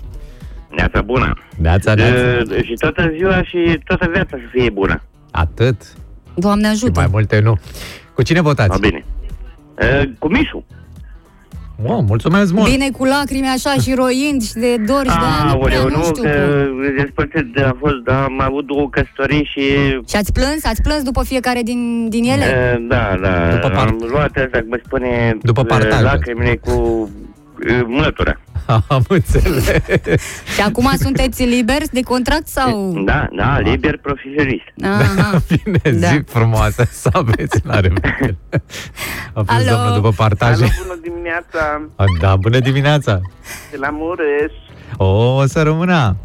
S5: Neața bună.
S3: Neața,
S5: Da.
S3: neața.
S5: E, și toată ziua și toată viața să fie bună.
S3: Atât.
S2: Doamne
S3: Și mai
S2: ajută.
S3: multe nu. Cu cine
S5: Da,
S3: votați?
S5: bine. E, cu Mișu.
S3: Wow, mulțumesc mult!
S2: Bine cu lacrimi așa și roind și de dor și de aia, Da, nu, prea,
S5: Ah, Aoleu,
S2: nu
S5: nu,
S2: știu.
S5: că despărțit de a fost, dar am avut două căsătorii și...
S2: Și ați plâns? Ați plâns după fiecare din, din ele?
S5: E, da, da,
S3: După part-
S5: am luat, dacă mă spune,
S3: După
S5: e,
S3: partaj.
S5: lacrimile cu e, mătura.
S3: Am înțeles.
S2: Și acum sunteți liberi de contract sau...
S12: Da, da, liber profesionist.
S3: Da.
S2: Aha.
S3: Bine,
S2: Da.
S3: da. zi frumoasă, să aveți la revedere. A fost,
S12: Alo.
S3: doamnă, după partaje.
S12: Alo, bună dimineața,
S3: A, Da, bună dimineața.
S12: de la Mureș.
S3: O, să rămână.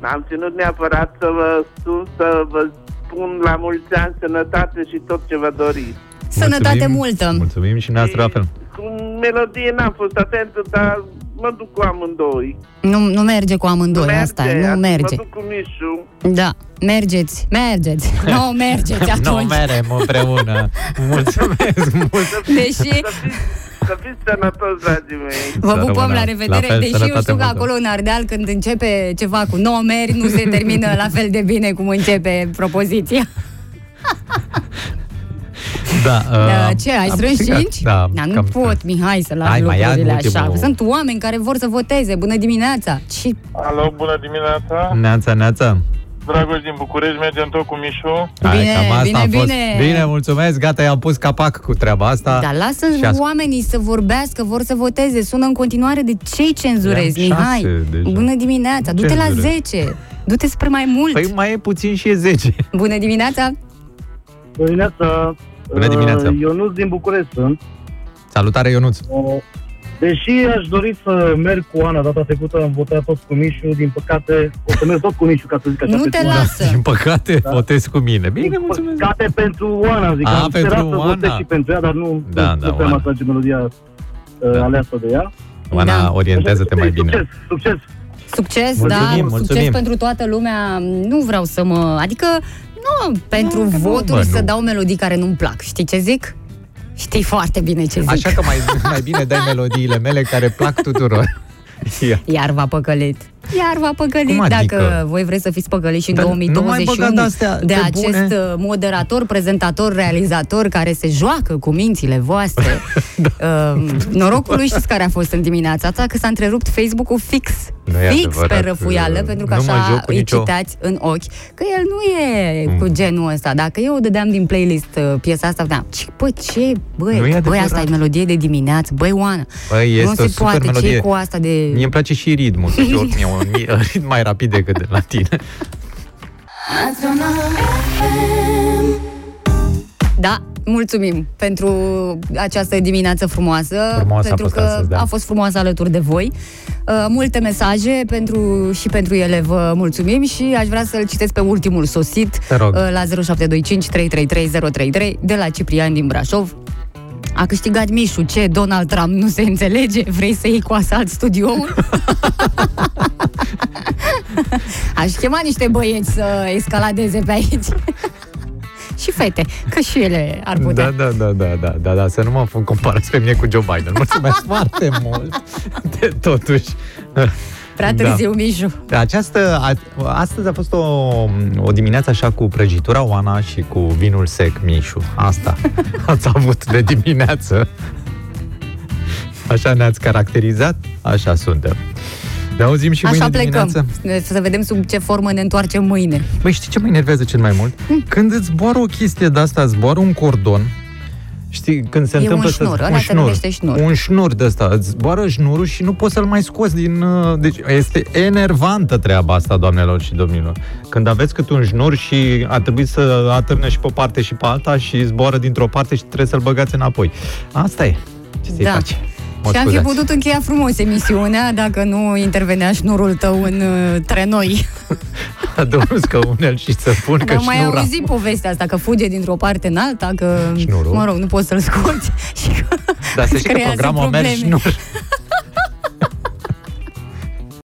S12: Am ținut neapărat să vă sun, să vă spun la mulți ani sănătate și tot ce vă doriți.
S2: Sănătate multă.
S3: Mulțumim și noastră la fel.
S12: Cu melodie n-am fost atentă, dar mă duc cu amândoi.
S2: Nu, nu merge cu amândoi, asta e, nu
S12: atunci
S2: merge.
S12: Mă duc cu Mișu.
S2: Da, mergeți, mergeți. Nu mergeți atunci.
S3: Nu merem împreună. Mulțumesc mult.
S2: Deși
S12: Să fiți sănătos, dragii mei.
S3: Da,
S2: vă pupăm
S3: rămână.
S2: la revedere,
S3: La fel,
S2: deși eu
S3: sănătate
S2: știu că
S3: multă.
S2: acolo în Ardeal când începe ceva cu nouă meri, nu se termină la fel de bine cum începe propoziția.
S3: Da,
S2: Da,
S3: uh,
S2: ce, ai
S3: am
S2: strâns
S3: câștigat.
S2: 5?
S3: Da,
S2: da nu
S3: cam
S2: pot, Mihai, să las
S3: Hai, mai ia
S2: lucrurile
S3: în
S2: așa.
S3: ultimul.
S2: Sunt oameni care vor să voteze. Bună dimineața! Și
S13: Alo, bună dimineața!
S3: Neața, neața.
S13: Dragoș din București, mergem tot cu Mișu.
S3: Hai, cam asta
S2: bine,
S3: a fost.
S2: bine. Da,
S3: bine, mulțumesc, gata, i-am pus capac cu treaba asta.
S2: Dar lasă
S3: Da. Și ascult-
S2: oamenii să vorbească, vor să voteze. Sună în continuare de ce-i cenzurezi,
S3: Le-am șase
S2: Mihai?
S3: deja.
S2: Bună dimineața! Du-te la
S3: Cenzurez.
S2: 10! Du-te spre mai mult!
S3: Păi mai e puțin și e 10.
S2: Bună dimineața!
S14: Bună dimineața!
S3: Bună dimineața.
S14: Uh, Ionuț din București sunt.
S3: Salutare, Ionuț.
S14: Uh, Deși aș dori să merg cu Ana data trecută, am votat tot cu Mișu, din păcate o să merg tot cu Mișu, ca să zic așa.
S2: Nu
S14: pe
S2: te
S14: cum.
S2: lasă.
S3: Din păcate, da. votez cu mine. Bine,
S14: Din păcate pentru Oana, zic,
S3: A,
S14: am
S3: pentru
S14: sperat să votez
S3: Oana.
S14: și pentru ea, dar nu,
S3: Da,
S14: nu,
S3: da,
S14: nu putem
S3: Oana.
S14: atrage melodia uh, aleasă de ea.
S3: Oana, da. orientează-te mai bine.
S14: Succes!
S2: Succes,
S3: Mulțumim,
S2: da, succes
S3: mulțumim.
S2: pentru toată lumea. Nu vreau să mă... Adică, nu pentru
S3: că nu,
S2: voturi
S3: bă,
S2: să
S3: nu.
S2: dau melodii care nu-mi plac. Știi ce zic? Știi foarte bine ce zic.
S3: Așa că mai, mai bine dai melodiile mele care plac tuturor. Ia.
S2: Iar v-a păcălit. Iar v-a păcălit
S3: Cum adică?
S2: dacă voi vreți să fiți păcăliți și în
S3: Dar nu mai
S2: 2021
S3: băga de-astea,
S2: de
S3: pe
S2: acest
S3: bune.
S2: uh, moderator, prezentator, realizator care se joacă cu mințile voastre. da. uh, norocul lui știți care a fost în dimineața asta? Că s-a întrerupt Facebook-ul fix.
S3: Nu e
S2: fix
S3: adevărat,
S2: pe răfuială,
S3: uh,
S2: pentru că
S3: nu mă joc
S2: așa
S3: cu
S2: îi
S3: nicio- Mm.
S2: citați în ochi, că el nu e cu genul ăsta. Dacă eu dădeam din playlist uh, piesa asta, da, ce, bă, ce,
S3: Nu e
S2: băi, băi,
S3: adevărat.
S2: asta e melodie de dimineață, băi, Oana,
S3: Băi, este
S2: nu
S3: o
S2: se
S3: super
S2: poate, ce
S3: melodie.
S2: cu asta de...
S3: Mie îmi place și ritmul, să joc mie un mi- ritm mai rapid decât de la tine.
S2: Da, mulțumim pentru această dimineață frumoasă,
S3: Frumoasă a
S2: pentru
S3: fost
S2: că
S3: astăzi, da.
S2: a fost frumoasă alături de voi. Uh, multe mesaje pentru și pentru ele vă mulțumim și aș vrea să-l citesc pe ultimul sosit
S3: Te rog.
S2: uh, la 0725 333033 de la Ciprian din Brașov. A câștigat Mișu, ce? Donald Trump nu se înțelege? Vrei să iei cu asalt studioul? Aș chema niște băieți să escaladeze pe aici. și fete, că și ele ar putea.
S3: Da, da, da, da, da, da, da, să nu mă comparați pe mine cu Joe Biden. Mulțumesc foarte mult, de totuși.
S2: Prea
S3: Da.
S2: târziu, da. Mișu.
S3: Această, a, astăzi a fost o, o dimineață așa cu prăjitura Oana și cu vinul sec Mișu. Asta ați avut de dimineață. Așa ne-ați caracterizat, așa suntem. Ne auzim și
S2: Așa
S3: mâine
S2: plecăm.
S3: dimineață.
S2: Să vedem sub ce formă ne întoarcem mâine.
S3: Băi, Păi știi ce mă enervează cel mai mult?
S2: Hm.
S3: Când îți zboară o chestie de asta, zboară un cordon, știi, când se
S2: E
S3: întâmplă
S2: un șnur,
S3: să...
S2: ăla se numește șnur.
S3: Un șnur de asta, îți zboară șnurul și nu poți să-l mai scoți din... uh, Deci este enervantă treaba asta, doamnelor și domnilor. Când aveți câte un șnur și a trebuit să atârne și pe o parte și pe alta și zboară dintr-o parte și trebuie să-l băgați înapoi. Asta e. Ce să-i
S2: Da.
S3: faci? Mă
S2: și am fi
S3: scuzați.
S2: putut încheia frumos emisiunea dacă nu intervenea șnurul tău în uh, tre noi.
S3: Adăugă că unel și să pun că
S2: Dar mai
S3: șnura...
S2: auzi povestea asta, că fuge dintr-o parte în alta, că,
S3: Șnurul.
S2: mă rog, nu poți să-l scoți.
S3: Dar să știi că
S2: creează
S3: programul meu
S2: probleme.
S3: șnur.